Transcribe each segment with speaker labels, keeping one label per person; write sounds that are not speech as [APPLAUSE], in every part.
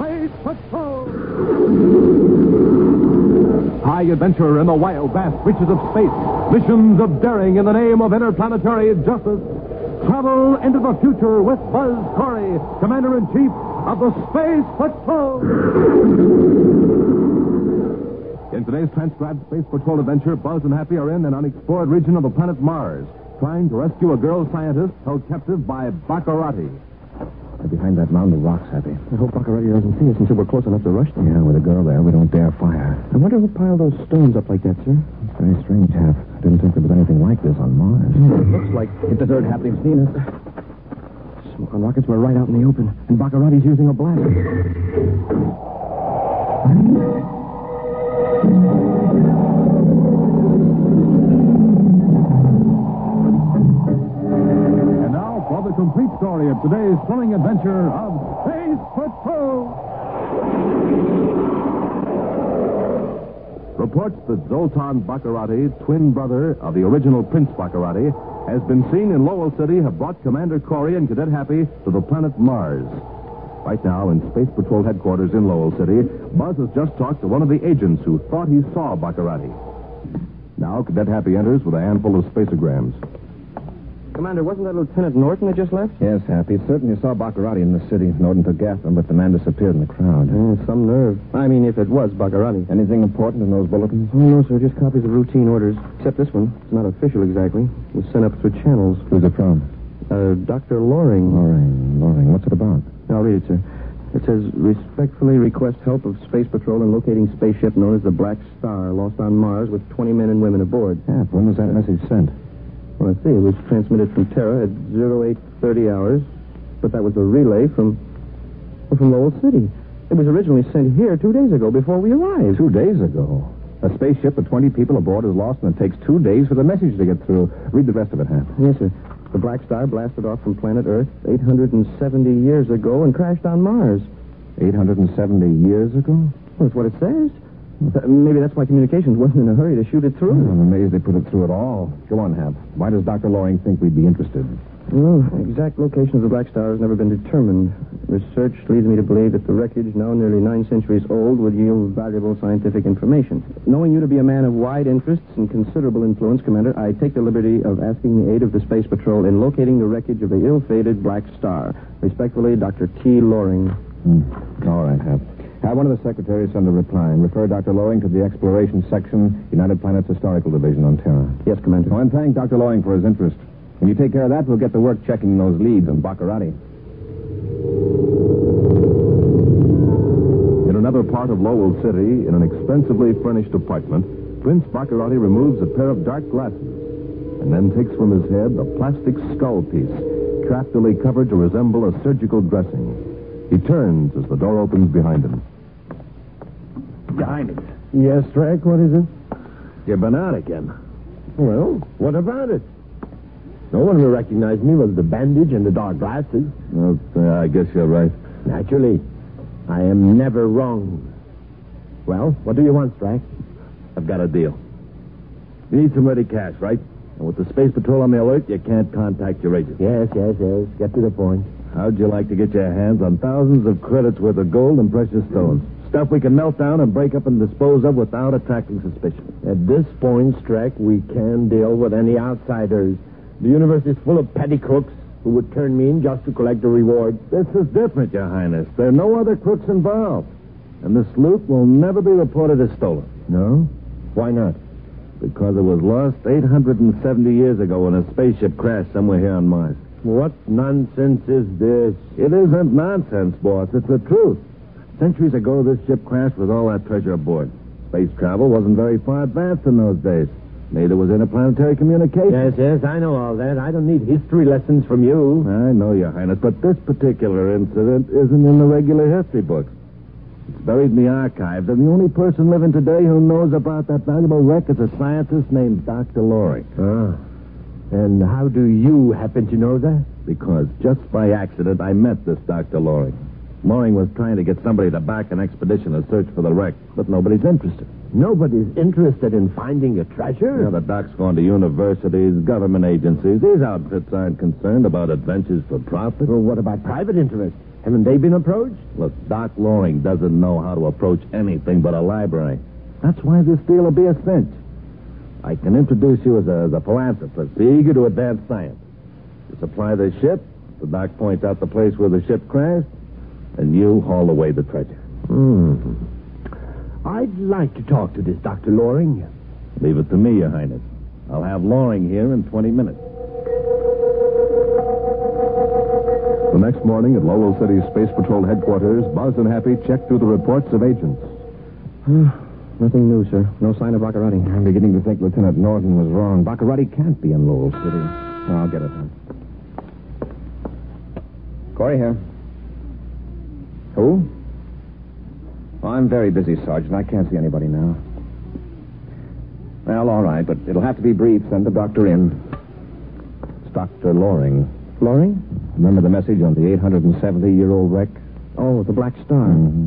Speaker 1: Night Patrol!
Speaker 2: High adventure in the wild, vast reaches of space. Missions of daring in the name of interplanetary justice. Travel into the future with Buzz Corey, Commander in Chief of the Space Patrol. In today's transcribed Space Patrol adventure, Buzz and Happy are in an unexplored region of the planet Mars, trying to rescue a girl scientist held captive by Baccarati.
Speaker 3: They're behind that mound of rocks, Happy.
Speaker 4: I hope Baccarelli doesn't see us until we're close enough to rush them.
Speaker 3: Yeah, with a girl there, we don't dare fire.
Speaker 4: I wonder who piled those stones up like that, sir.
Speaker 3: It's very strange, Hap. I didn't think there was anything like this on Mars.
Speaker 4: Hmm, It looks like
Speaker 3: Hit the dirt, Hap. They've seen us.
Speaker 4: smoke and rockets were right out in the open, and Baccarati's using a blaster.
Speaker 2: And now for the complete story of today's thrilling adventure of Space Patrol. Reports that Zoltan Baccarati, twin brother of the original Prince Baccarati, has been seen in Lowell City have brought Commander Corey and Cadet Happy to the planet Mars. Right now, in Space Patrol headquarters in Lowell City, Buzz has just talked to one of the agents who thought he saw Baccarati. Now, Cadet Happy enters with a handful of spacergrams.
Speaker 4: Commander, wasn't that Lieutenant Norton that just left?
Speaker 3: Yes, Happy. Certainly saw Baccarati in the city. Norton took after him, but the man disappeared in the crowd.
Speaker 4: Hmm, some nerve. I mean, if it was Baccarati.
Speaker 3: Anything important in those bulletins?
Speaker 4: Oh, no, sir, just copies of routine orders. Except this one. It's not official exactly. It was sent up through channels.
Speaker 3: Who's it from?
Speaker 4: Uh, Dr. Loring.
Speaker 3: Loring. Loring. What's it about?
Speaker 4: I'll read it, sir. It says, respectfully request help of Space Patrol in locating spaceship known as the Black Star, lost on Mars with 20 men and women aboard.
Speaker 3: Hap, when was that message sent?
Speaker 4: Well, let's see. It was transmitted from Terra at 0830 hours, but that was a relay from, well, from Lowell City. It was originally sent here two days ago before we arrived.
Speaker 3: Two days ago. A spaceship with 20 people aboard is lost, and it takes two days for the message to get through. Read the rest of it, Hap.
Speaker 4: Yes, sir. The Black Star blasted off from planet Earth 870 years ago and crashed on Mars.
Speaker 3: 870 years ago? Oh,
Speaker 4: Well, that's what it says. Uh, maybe that's why communications wasn't in a hurry to shoot it through.
Speaker 3: I'm amazed they put it through at all. Go on, Hap. Why does Dr. Loring think we'd be interested?
Speaker 4: Well, exact location of the Black Star has never been determined. Research leads me to believe that the wreckage, now nearly nine centuries old, would yield valuable scientific information. Knowing you to be a man of wide interests and considerable influence, Commander, I take the liberty of asking the aid of the Space Patrol in locating the wreckage of the ill-fated Black Star. Respectfully, Dr. T. Loring.
Speaker 3: Hmm. All right, Hap. Have one of the secretaries send a reply and refer Dr. Loring to the Exploration Section, United Planets Historical Division on Terra.
Speaker 4: Yes, Commander.
Speaker 3: Oh, and thank Dr. Loring for his interest. When you take care of that, we'll get to work checking those leads on Baccarati.
Speaker 2: In another part of Lowell City, in an expensively furnished apartment, Prince Baccarati removes a pair of dark glasses and then takes from his head a plastic skull piece, craftily covered to resemble a surgical dressing. He turns as the door opens behind him.
Speaker 5: Behind us.
Speaker 6: Yes, Drake, what is it?
Speaker 5: You've been out again.
Speaker 6: Well, what about it?
Speaker 5: No one will recognize me with the bandage and the dark glasses.
Speaker 2: Well, I guess you're right.
Speaker 5: Naturally. I am never wrong. Well, what do you want, Strike? I've got a deal. You need some ready cash, right? And with the Space Patrol on the alert, you can't contact your agent.
Speaker 3: Yes, yes, yes. Get to the point.
Speaker 2: How'd you like to get your hands on thousands of credits worth of gold and precious stones? Stuff we can melt down and break up and dispose of without attracting suspicion.
Speaker 5: At this point, Strack, we can deal with any outsiders. The universe is full of petty crooks who would turn me in just to collect a reward.
Speaker 2: This is different, Your Highness. There are no other crooks involved. And this loot will never be reported as stolen.
Speaker 3: No? Why not?
Speaker 2: Because it was lost 870 years ago when a spaceship crashed somewhere here on Mars.
Speaker 5: What nonsense is this?
Speaker 2: It isn't nonsense, boss. It's the truth. Centuries ago, this ship crashed with all that treasure aboard. Space travel wasn't very far advanced in those days. Neither was interplanetary communication.
Speaker 5: Yes, yes, I know all that. I don't need history lessons from you.
Speaker 2: I know, Your Highness, but this particular incident isn't in the regular history books. It's buried in the archives, and the only person living today who knows about that valuable wreck is a scientist named Dr. Loring.
Speaker 5: Ah. And how do you happen to know that?
Speaker 2: Because just by accident, I met this Dr. Loring. Loring was trying to get somebody to back an expedition to search for the wreck, but nobody's interested.
Speaker 5: Nobody's interested in finding a treasure.
Speaker 2: Now, the doc's gone to universities, government agencies. These outfits aren't concerned about adventures for profit.
Speaker 5: Well, what about private interest?
Speaker 6: Haven't they been approached?
Speaker 5: Look, Doc Loring doesn't know how to approach anything but a library. That's why this deal will be a cinch. I can introduce you as a, as a philanthropist, eager to advance science. You supply the ship, the doc points out the place where the ship crashed, and you haul away the treasure.
Speaker 4: Hmm.
Speaker 6: I'd like to talk to this Dr. Loring.
Speaker 5: Leave it to me, Your Highness. I'll have Loring here in 20 minutes.
Speaker 2: The next morning at Lowell City's Space Patrol headquarters, Buzz and Happy checked through the reports of [SIGHS] agents.
Speaker 7: Nothing new, sir. No sign of Baccarotti.
Speaker 4: I'm beginning to think Lieutenant Norton was wrong. Baccarotti can't be in Lowell City. I'll get it. Corey here. Who? Oh, I'm very busy, Sergeant. I can't see anybody now. Well, all right, but it'll have to be brief. Send the doctor in. It's Dr. Loring.
Speaker 7: Loring?
Speaker 4: Remember the message on the 870 year old wreck?
Speaker 7: Oh, the Black Star.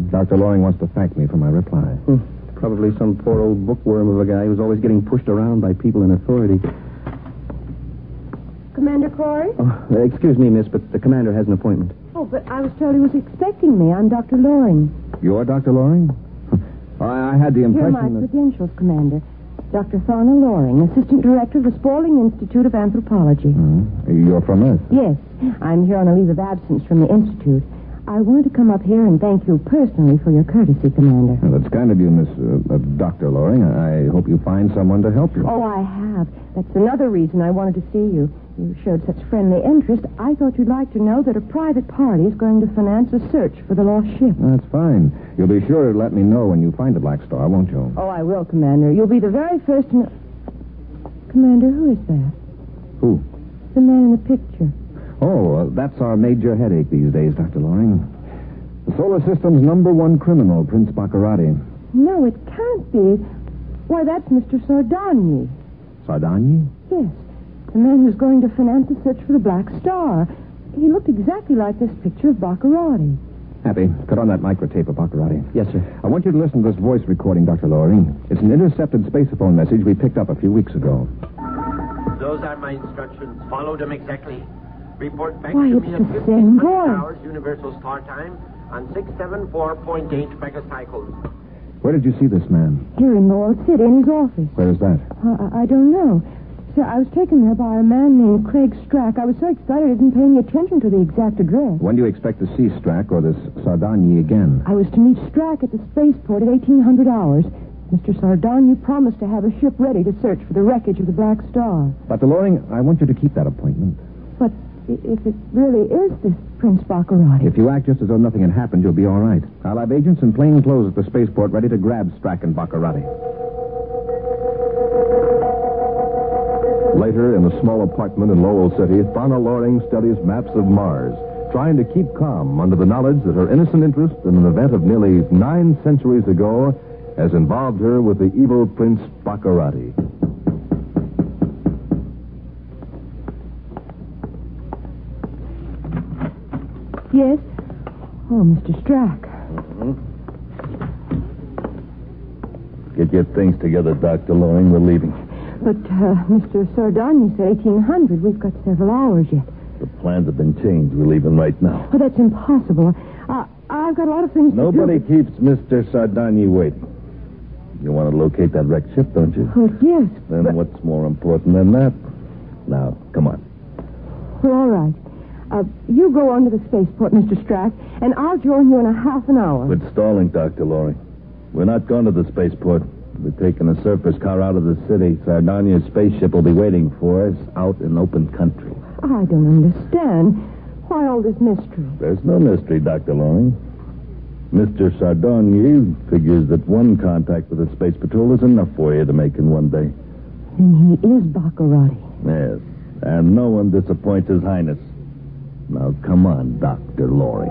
Speaker 4: Dr. Loring wants to thank me for my reply.
Speaker 7: Hmm. Probably some poor old bookworm of a guy who's always getting pushed around by people in authority.
Speaker 8: Commander Corey?
Speaker 7: Oh, uh, excuse me, miss, but the commander has an appointment.
Speaker 8: Oh, but I was told he was expecting me. I'm Dr. Loring.
Speaker 4: You're Dr. Loring?
Speaker 7: [LAUGHS]
Speaker 4: I, I had the
Speaker 8: Here are my
Speaker 4: impression that.
Speaker 8: credentials, Commander. Dr. Thorna Loring, Assistant Director of the Spaulding Institute of Anthropology.
Speaker 4: Hmm? You're from Earth.
Speaker 8: Yes, I'm here on a leave of absence from the Institute. I wanted to come up here and thank you personally for your courtesy, Commander.
Speaker 4: Well, that's kind of you, Miss uh, uh, Dr. Loring. I I hope you find someone to help you.
Speaker 8: Oh, I have. That's another reason I wanted to see you. You showed such friendly interest. I thought you'd like to know that a private party is going to finance a search for the lost ship.
Speaker 4: That's fine. You'll be sure to let me know when you find the Black Star, won't you?
Speaker 8: Oh, I will, Commander. You'll be the very first to know. Commander, who is that?
Speaker 4: Who?
Speaker 8: The man in the picture.
Speaker 4: Oh, uh, that's our major headache these days, Dr. Loring. The solar system's number one criminal, Prince Baccarati.
Speaker 8: No, it can't be. Why, that's Mr. Sardagni.
Speaker 4: Sardagni?
Speaker 8: Yes, the man who's going to finance the search for the Black Star. He looked exactly like this picture of Baccarati.
Speaker 4: Happy, put on that microtape of Baccarati.
Speaker 7: Yes, sir.
Speaker 4: I want you to listen to this voice recording, Dr. Loring. It's an intercepted spacephone message we picked up a few weeks ago.
Speaker 9: Those are my instructions. Follow them exactly. Report back
Speaker 8: Why,
Speaker 9: to
Speaker 8: it's
Speaker 9: me
Speaker 8: the
Speaker 9: at
Speaker 8: same
Speaker 9: 15
Speaker 8: boy.
Speaker 9: hours Universal Star Time on 674.8 megacycles.
Speaker 4: Where did you see this man?
Speaker 8: Here in Lowell City, in his office.
Speaker 4: Where is that?
Speaker 8: I- I, I don't know. Sir, I was taken there by a man named Craig Strack. I was so excited I didn't pay any attention to the exact address.
Speaker 4: When do you expect to see Strack or this Sardagni again?
Speaker 8: I was to meet Strack at the spaceport at 1800 hours. Mr. Sardagni promised to have a ship ready to search for the wreckage of the Black Star.
Speaker 4: Dr. Loring, I want you to keep that appointment.
Speaker 8: But i- if it really is this Prince Baccarati,
Speaker 4: If you act just as though nothing had happened, you'll be all right. I'll have agents in plain clothes at the spaceport ready to grab Strack and Baccarati.
Speaker 2: Later, in a small apartment in Lowell City, Thana Loring studies maps of Mars, trying to keep calm under the knowledge that her innocent interest in an event of nearly nine centuries ago has involved her with the evil Prince Baccarati.
Speaker 8: yes? Oh, Mr. Strack.
Speaker 5: Get your things together, Dr. Loring. We're leaving.
Speaker 8: But uh, Mr. Sardagni said 1800. We've got several hours yet.
Speaker 5: The plans have been changed. We're leaving right now.
Speaker 8: Oh, that's impossible. I, I've got a lot of things
Speaker 5: Nobody
Speaker 8: to do.
Speaker 5: keeps Mr. Sardagni waiting. You want to locate that wrecked ship, don't you?
Speaker 8: Oh, yes.
Speaker 5: Then
Speaker 8: but-
Speaker 5: what's more important than that? Now, come on.
Speaker 8: Well, all right. Uh, you go on to the spaceport, Mr. Strack, and I'll join you in a half an hour.
Speaker 5: Quit stalling, Dr. Loring. We're not going to the spaceport. We're taking a surface car out of the city. Sardagna's spaceship will be waiting for us out in open country.
Speaker 8: I don't understand. Why all this mystery?
Speaker 5: There's no mystery, Dr. Loring. Mr. Sardagna figures that one contact with the space patrol is enough for you to make in one day.
Speaker 8: Then he is Baccarati.
Speaker 5: Yes, and no one disappoints His Highness. Now, come on, Dr. Loring.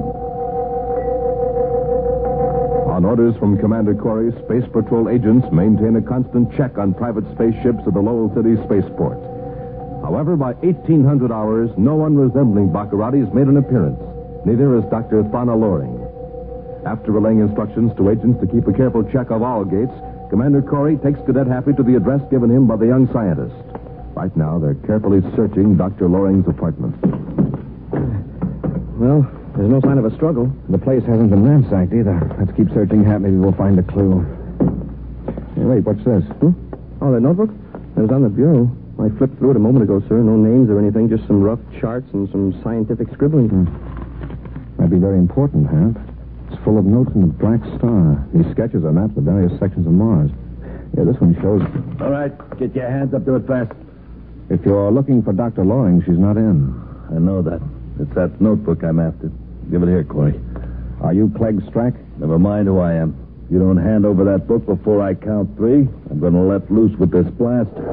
Speaker 2: On orders from Commander Corey, Space Patrol agents maintain a constant check on private spaceships at the Lowell City spaceport. However, by 1800 hours, no one resembling Baccarati has made an appearance. Neither has Dr. Thana Loring. After relaying instructions to agents to keep a careful check of all gates, Commander Corey takes Cadet Happy to the address given him by the young scientist. Right now, they're carefully searching Dr. Loring's apartment.
Speaker 7: Well, There's no sign of a struggle.
Speaker 4: The place hasn't been ransacked either. Let's keep searching, Hap. Maybe we'll find a clue. Hey, wait, what's this?
Speaker 7: Hmm? Oh, that notebook? It was on the bureau. I flipped through it a moment ago, sir. No names or anything, just some rough charts and some scientific scribbling.
Speaker 4: Might Hmm. be very important, Hap. It's full of notes in the Black Star. These sketches are maps of various sections of Mars. Yeah, this one shows.
Speaker 5: All right, get your hands up to it fast.
Speaker 4: If you're looking for Dr. Loring, she's not in.
Speaker 5: I know that. It's that notebook I'm after. Give it here, Corey.
Speaker 4: Are you Clegg Strack?
Speaker 5: Never mind who I am. If you don't hand over that book before I count three, I'm going to let loose with this blaster.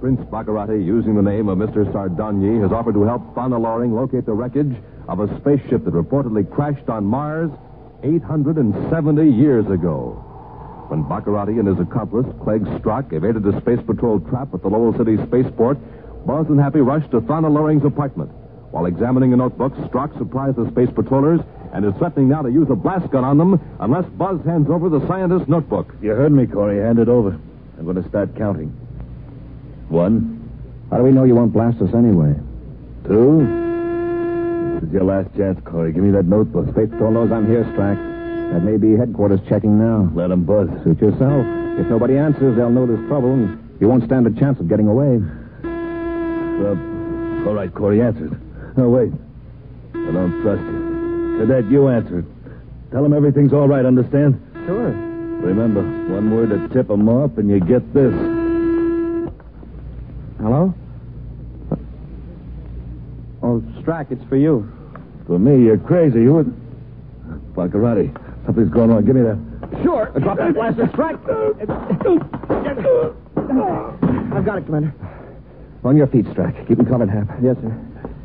Speaker 2: Prince Baccarati, using the name of Mr. Sardogni, has offered to help Fana Loring locate the wreckage of a spaceship that reportedly crashed on Mars 870 years ago. When Baccarati and his accomplice, Clegg Strock, evaded the Space Patrol trap at the Lowell City spaceport, Buzz and Happy rushed to Fana Loring's apartment. While examining a notebook, Strock surprised the space patrollers and is threatening now to use a blast gun on them unless Buzz hands over the scientist's notebook.
Speaker 5: You heard me, Corey. Hand it over. I'm going to start counting. One,
Speaker 4: How do we know you won't blast us anyway?
Speaker 5: two. This is your last chance, Corey. Give me that notebook.
Speaker 4: Space Patrol knows I'm here, Strack. That may be headquarters checking now.
Speaker 5: Let him buzz.
Speaker 4: Suit yourself. If nobody answers, they'll know there's trouble, and you won't stand a chance of getting away.
Speaker 5: Uh, all right, Corey, answer it. No, wait. I don't trust you. Cadet, you answer it. Tell him everything's all right, understand?
Speaker 7: Sure.
Speaker 5: Remember, one word to tip him off, and you get this.
Speaker 7: Hello? Oh, Strack, it's for you.
Speaker 5: For me, you're crazy. You would. Baccarati, something's going on. Give me that.
Speaker 7: Sure. Drop that blaster,
Speaker 5: [LAUGHS]
Speaker 7: Strack. I've got it, Commander.
Speaker 4: On your feet, Strack. Keep them covered, Hap.
Speaker 7: Yes, sir.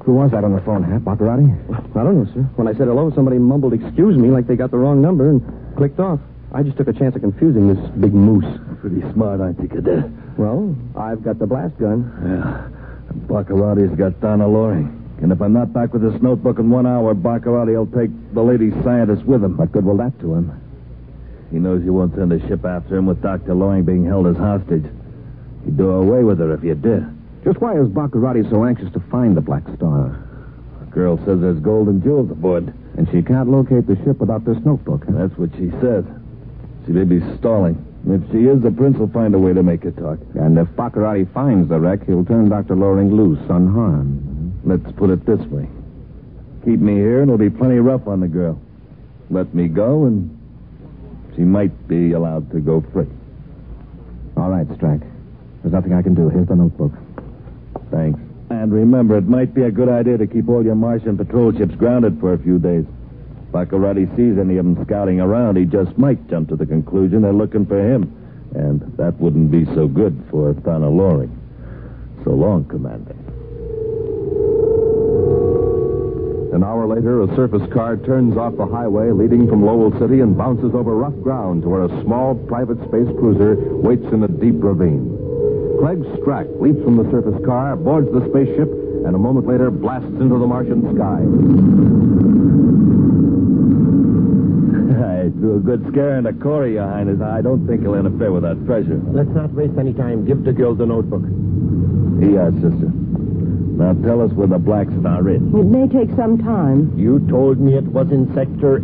Speaker 4: Who was that on the phone, Hap? Baccarati?
Speaker 7: I don't know, sir. When I said hello, somebody mumbled, excuse me, like they got the wrong number and clicked off. I just took a chance of confusing this big moose.
Speaker 5: Pretty smart, aren't you, Cadet?
Speaker 7: Well, I've got the blast gun.
Speaker 5: Yeah. And Baccarati's got Donna Loring. And if I'm not back with this notebook in one hour, Baccarati will take the lady scientist with him.
Speaker 4: What good will that do him?
Speaker 5: He knows you won't send a ship after him with Dr. Loring being held as hostage. He'd do away with her if you did.
Speaker 4: Just why is Baccarati so anxious to find the Black Star?
Speaker 5: The girl says there's gold and jewels aboard.
Speaker 4: And she can't locate the ship without this notebook. huh?
Speaker 5: That's what she says. She may be stalling. And if she is, the prince will find a way to make her talk.
Speaker 4: And if Baccarati finds the wreck, he'll turn Dr. Loring loose unharmed.
Speaker 5: Let's put it this way. Keep me here, and it'll be plenty rough on the girl. Let me go, and she might be allowed to go free.
Speaker 4: All right, Strack. There's nothing I can do. Here's the notebook.
Speaker 5: Thanks. And remember, it might be a good idea to keep all your Martian patrol ships grounded for a few days. Baccarati sees any of them scouting around, he just might jump to the conclusion they're looking for him. And that wouldn't be so good for Thana Loring. So long, Commander.
Speaker 2: An hour later, a surface car turns off the highway leading from Lowell City and bounces over rough ground to where a small private space cruiser waits in a deep ravine. Clegg Strack leaps from the surface car, boards the spaceship, and a moment later blasts into the Martian sky.
Speaker 5: [LAUGHS] I drew a good scare into Corey, Your Highness. I don't think he'll interfere with that treasure.
Speaker 9: Let's not waste any time. Give the girl the notebook.
Speaker 5: Yeah, sister. Now tell us where the Black Star is.
Speaker 8: It may take some time,
Speaker 9: You told me it was in Sector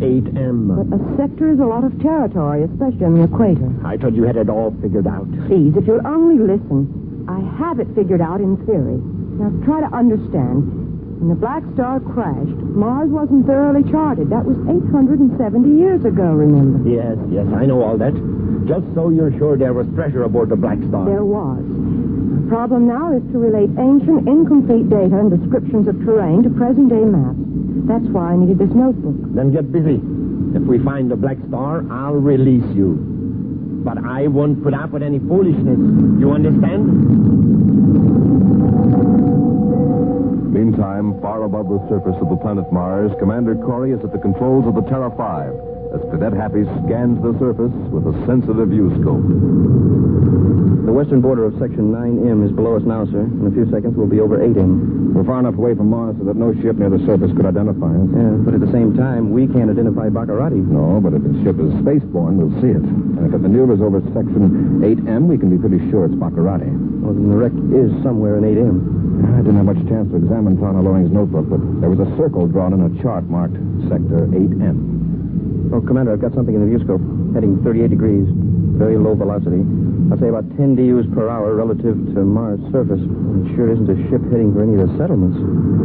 Speaker 8: but
Speaker 9: 8M.
Speaker 8: a sector is a lot of territory, especially on the equator.
Speaker 9: I thought you had it all figured out.
Speaker 8: Please, if you'll only listen, I have it figured out in theory. Now try to understand. When the Black Star crashed, Mars wasn't thoroughly charted. That was 870 years ago, remember?
Speaker 9: Yes, yes, I know all that. Just so you're sure there was treasure aboard the Black Star.
Speaker 8: There was. The problem now is to relate ancient, incomplete data and descriptions of terrain to present day maps. That's why I needed this notebook.
Speaker 9: Then get busy. If we find the Black Star, I'll release you. But I won't put up with any foolishness. You understand?
Speaker 2: Meantime, far above the surface of the planet Mars, Commander Corey is at the controls of the Terra 5. as Cadet Happy scans the surface with a sensitive view scope.
Speaker 7: The western border of Section 9M is below us now, sir. In a few seconds, we'll be over 8M.
Speaker 4: We're far enough away from Mars so that no ship near the surface could identify us.
Speaker 7: Yeah, but at the same time, we can't identify Baccarati.
Speaker 4: No, but if the ship is spaceborne, we'll see it. And if it maneuvers over section 8M, we can be pretty sure it's Baccarati.
Speaker 7: Well, then the wreck is somewhere in 8M.
Speaker 4: I didn't have much chance to examine Tana Loring's notebook, but there was a circle drawn in a chart marked Sector 8M.
Speaker 7: Oh, Commander, I've got something in the viewscope. Heading 38 degrees. Very low velocity. I'd say about 10 DUs per hour relative to Mars' surface. It sure isn't a ship heading for any of the settlements.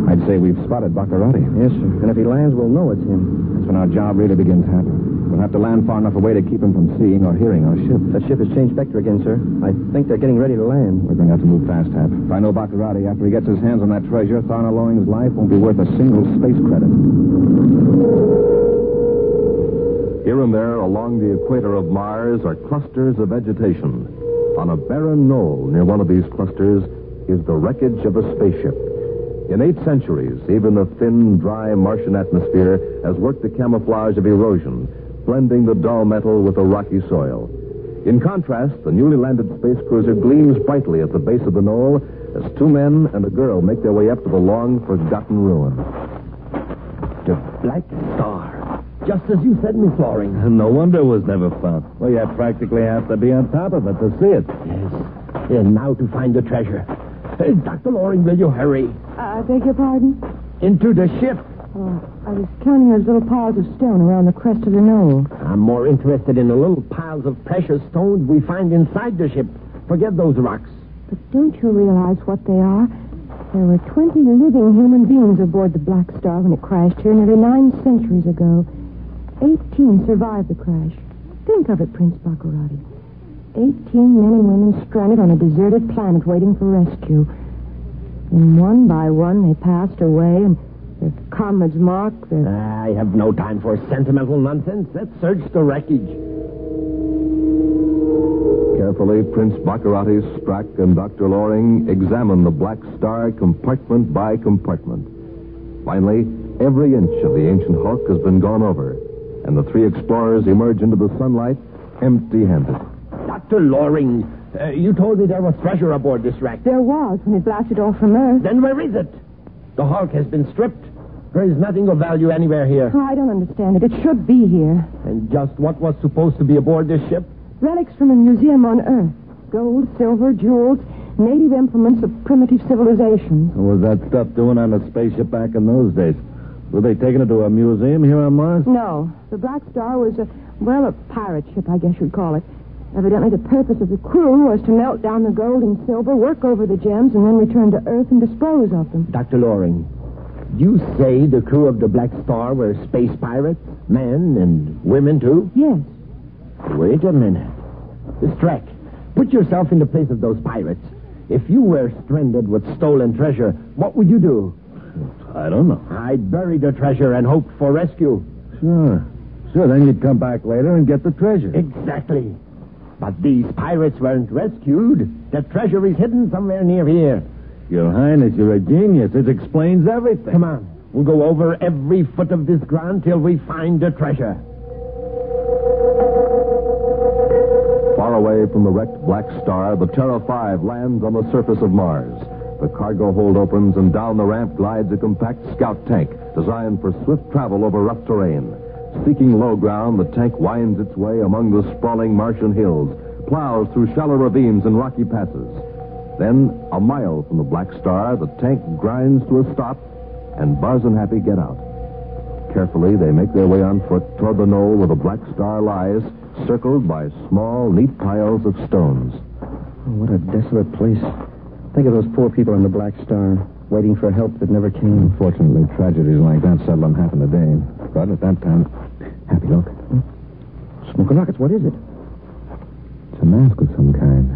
Speaker 4: I'd say we've spotted Baccarati.
Speaker 7: Yes, sir. And if he lands, we'll know it's him.
Speaker 4: That's when our job really begins, Hap. We'll have to land far enough away to keep him from seeing or hearing our ship.
Speaker 7: That ship has changed vector again, sir. I think they're getting ready to land.
Speaker 4: We're going to have to move fast, Hap. If I know Baccarati, after he gets his hands on that treasure, Tharna Loring's life won't be worth a single space credit.
Speaker 2: Here and there along the equator of Mars are clusters of vegetation. On a barren knoll near one of these clusters is the wreckage of a spaceship. In eight centuries, even the thin, dry Martian atmosphere has worked the camouflage of erosion, blending the dull metal with the rocky soil. In contrast, the newly landed space cruiser gleams brightly at the base of the knoll as two men and a girl make their way up to the long forgotten ruin.
Speaker 9: The Black Star. Just as you said, Miss Loring.
Speaker 5: No wonder it was never found. Well, you practically have to be on top of it to see it.
Speaker 9: Yes. And now to find the treasure. Hey, Dr. Loring, will you hurry?
Speaker 8: I beg your pardon?
Speaker 9: Into the ship.
Speaker 8: Oh, I was counting those little piles of stone around the crest of the knoll.
Speaker 9: I'm more interested in the little piles of precious stones we find inside the ship. Forget those rocks.
Speaker 8: But don't you realize what they are? There were 20 living human beings aboard the Black Star when it crashed here nearly nine centuries ago. 18 survived the crash. Think of it, Prince Baccarati. 18 men and women stranded on a deserted planet waiting for rescue. And one by one they passed away, and their comrades marked their
Speaker 9: I have no time for sentimental nonsense. Let's search the wreckage.
Speaker 2: Carefully, Prince Baccarati, Strack, and Dr. Loring examine the Black Star compartment by compartment. Finally, every inch of the ancient hulk has been gone over, and the three explorers emerge into the sunlight empty handed.
Speaker 9: Dr. Loring, uh, you told me there was treasure aboard this wreck.
Speaker 8: There was when it blasted off from Earth.
Speaker 9: Then where is it? The hulk has been stripped. There is nothing of value anywhere here.
Speaker 8: Oh, I don't understand it. It should be here.
Speaker 9: And just what was supposed to be aboard this ship?
Speaker 8: Relics from a museum on Earth gold, silver, jewels, native implements of primitive civilizations.
Speaker 5: What was that stuff doing on a spaceship back in those days? Were they taking it to a museum here on Mars?
Speaker 8: No, the Black Star was a, well, a pirate ship, I guess you'd call it. Evidently, the purpose of the crew was to melt down the gold and silver, work over the gems, and then return to Earth and dispose of them.
Speaker 9: Dr. Loring, you say the crew of the Black Star were space pirates? Men and women, too?
Speaker 8: Yes.
Speaker 9: Wait a minute. Strack, put yourself in the place of those pirates. If you were stranded with stolen treasure, what would you do?
Speaker 5: I don't know.
Speaker 9: I'd bury the treasure and hope for rescue.
Speaker 5: Sure. Sure, then you'd come back later and get the treasure.
Speaker 9: Exactly. But these pirates weren't rescued. The treasure is hidden somewhere near here.
Speaker 5: Your Highness, you're a genius. It explains everything.
Speaker 9: Come on. We'll go over every foot of this ground till we find the treasure.
Speaker 2: Far away from the wrecked Black Star, the Terra 5 lands on the surface of Mars. The cargo hold opens, and down the ramp glides a compact scout tank designed for swift travel over rough terrain. Seeking low ground, the tank winds its way among the sprawling Martian hills, plows through shallow ravines and rocky passes. Then, a mile from the Black Star, the tank grinds to a stop, and Buzz and Happy get out. Carefully, they make their way on foot toward the knoll where the Black Star lies, circled by small, neat piles of stones.
Speaker 7: Oh, what a desolate place. Think of those poor people on the Black Star, waiting for help that never came.
Speaker 4: Unfortunately, tragedies like that seldom happen today. But at that time, happy look.
Speaker 7: Hmm. Smoke and rockets, what is it?
Speaker 4: It's a mask of some kind.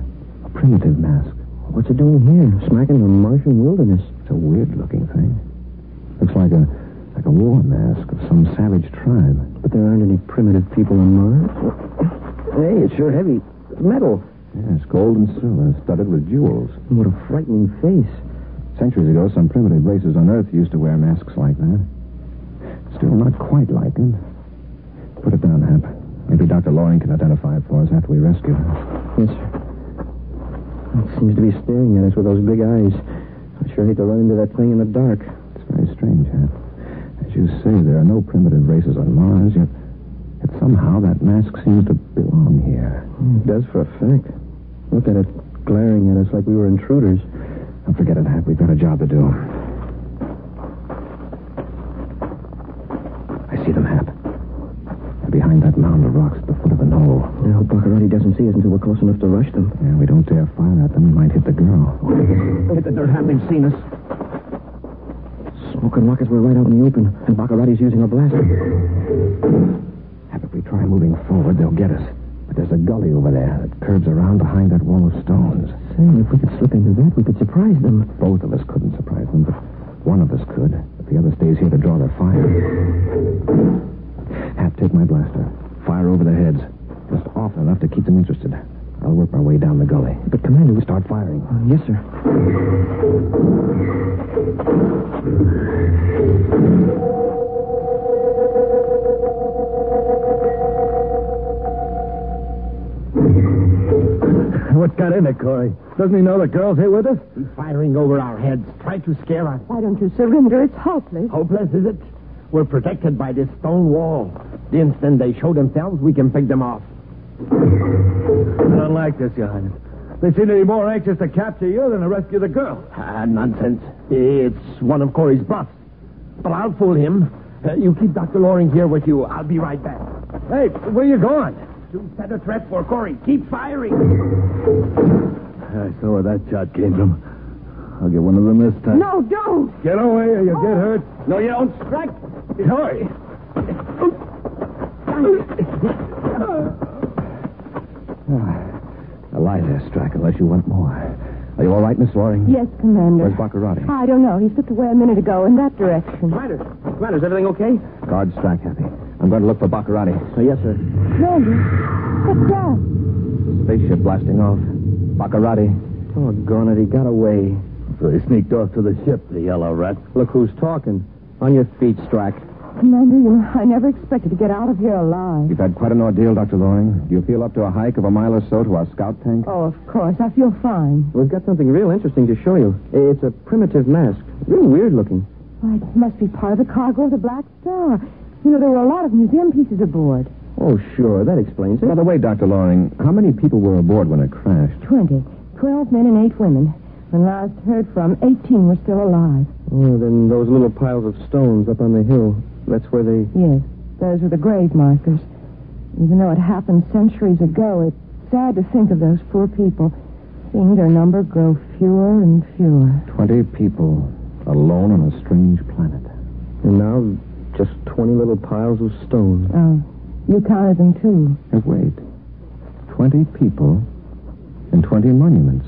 Speaker 4: A primitive mask.
Speaker 7: What's it doing here? Smacking the Martian wilderness.
Speaker 4: It's a weird looking thing. Looks like a like a war mask of some savage tribe.
Speaker 7: But there aren't any primitive people on Mars. Hey, it's sure heavy. It's metal.
Speaker 4: Yes, gold and silver, studded with jewels.
Speaker 7: What a frightening face.
Speaker 4: Centuries ago, some primitive races on Earth used to wear masks like that. Still not quite like it. Put it down, Hap. Maybe Dr. Loring can identify it for us after we rescue her.
Speaker 7: Yes, sir. It seems to be staring at us with those big eyes. I sure hate to run into that thing in the dark.
Speaker 4: It's very strange, Hap. As you say, there are no primitive races on Mars, yet, yet somehow that mask seems to belong here.
Speaker 7: It does for a fact. Look at it glaring at us like we were intruders.
Speaker 4: Now, Oh, forget it, Hap. We've got a job to do. I see them, Hap. They're behind that mound of rocks at the foot of an knoll.
Speaker 7: I hope Baccarotti doesn't see us until we're close enough to rush them.
Speaker 4: Yeah, we don't dare fire at them. We might hit the
Speaker 7: [LAUGHS]
Speaker 4: girl.
Speaker 7: Smoke and rockets were right out in the open, and Baccarotti's using a blaster.
Speaker 4: Hap, if we try moving forward, they'll get us. But there's a gully over there that curves around behind that wall of stones.
Speaker 7: Say, if we could slip into that, we could surprise them.
Speaker 4: Both of us couldn't surprise them, but one of us could. If the other stays here to draw their fire. Hap, take my blaster. Fire over their heads. Just often enough to keep them interested. I'll work my way down the gully. Uh, But, Commander, we start firing.
Speaker 7: Yes, sir.
Speaker 5: What got into Corey? Doesn't he know the girl's here with us?
Speaker 9: He's firing over our heads. Try to scare us.
Speaker 8: Why don't you surrender? It's hopeless.
Speaker 9: Hopeless, is it? We're protected by this stone wall. The instant they show themselves, we can pick them off.
Speaker 5: I don't like this, Your Highness. They seem to be more anxious to capture you than to rescue the girl.
Speaker 9: Ah, nonsense. It's one of Corey's bluffs. But I'll fool him. Uh, you keep Dr. Loring here with you. I'll be right back.
Speaker 5: Hey, where you going?
Speaker 9: To set a threat for Corey. Keep firing.
Speaker 5: I saw where that shot came from. I'll get one of them this time.
Speaker 8: No, don't!
Speaker 5: Get away or you'll get hurt. No, you don't strike. Corey.
Speaker 4: Now lie there, Strack, unless you want more. Are you all right, Miss Loring?
Speaker 8: Yes, Commander.
Speaker 4: Where's Baccarotti?
Speaker 8: I don't know. He slipped away a minute ago in that direction.
Speaker 7: Commander, Commander, is everything okay?
Speaker 4: Guard Strack, Happy. I'm going to look for Baccarotti.
Speaker 9: Uh,
Speaker 7: Oh, yes, sir.
Speaker 8: Commander, look down.
Speaker 4: Spaceship blasting off. Baccarotti.
Speaker 7: Oh, gone it. He got away.
Speaker 5: So he sneaked off to the ship, the yellow rat.
Speaker 7: Look who's talking. On your feet, Strack.
Speaker 8: Commander, you know, I never expected to get out of here alive.
Speaker 4: You've had quite an ordeal, Dr. Loring. Do you feel up to a hike of a mile or so to our scout tank?
Speaker 8: Oh, of course. I feel fine.
Speaker 7: We've got something real interesting to show you. It's a primitive mask. Real weird looking.
Speaker 8: Why, it must be part of the cargo of the Black Star. You know, there were a lot of museum pieces aboard.
Speaker 7: Oh, sure. That explains
Speaker 4: By
Speaker 7: it.
Speaker 4: the way, Dr. Loring, how many people were aboard when it crashed?
Speaker 8: Twenty. Twelve men and eight women. When last heard from, eighteen were still alive.
Speaker 7: Oh, then those little piles of stones up on the hill. That's where they.
Speaker 8: Yes, those were the grave markers. Even though it happened centuries ago, it's sad to think of those poor people, seeing their number grow fewer and fewer.
Speaker 4: Twenty people alone on a strange planet.
Speaker 7: And now, just 20 little piles of stone.
Speaker 8: Oh, you counted them too.
Speaker 4: And wait. Twenty people and twenty monuments.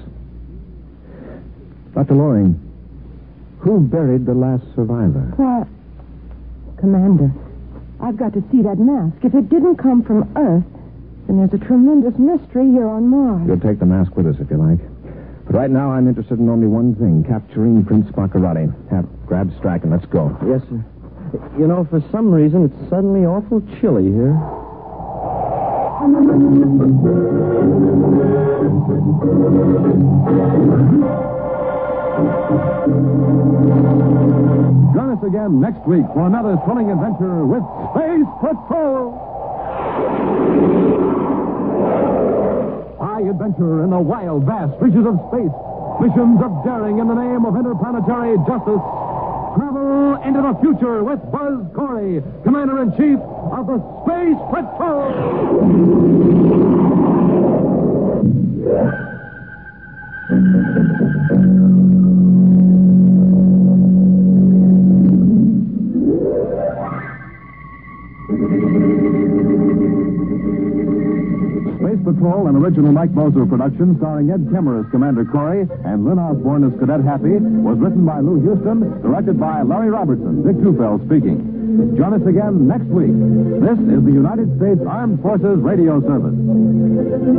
Speaker 4: Dr. Loring, who buried the last survivor?
Speaker 8: Why, Commander, I've got to see that mask. If it didn't come from Earth, then there's a tremendous mystery here on Mars.
Speaker 4: You'll take the mask with us if you like. But right now, I'm interested in only one thing capturing Prince Baccarotti. Hap, grab Strack and let's go.
Speaker 7: Yes, sir. You know, for some reason, it's suddenly awful chilly here.
Speaker 2: Join us again next week for another thrilling adventure with Space Patrol. High adventure in the wild, vast reaches of space. Missions of daring in the name of interplanetary justice. Travel into the future with Buzz Corey, Commander in Chief of the Space Patrol. Space Patrol, an original Mike Moser production starring Ed Kemmer as Commander Corey and Lynn Osborne as Cadet Happy, was written by Lou Houston, directed by Larry Robertson, Dick Dufell speaking. Join us again next week. This is the United States Armed Forces Radio Service.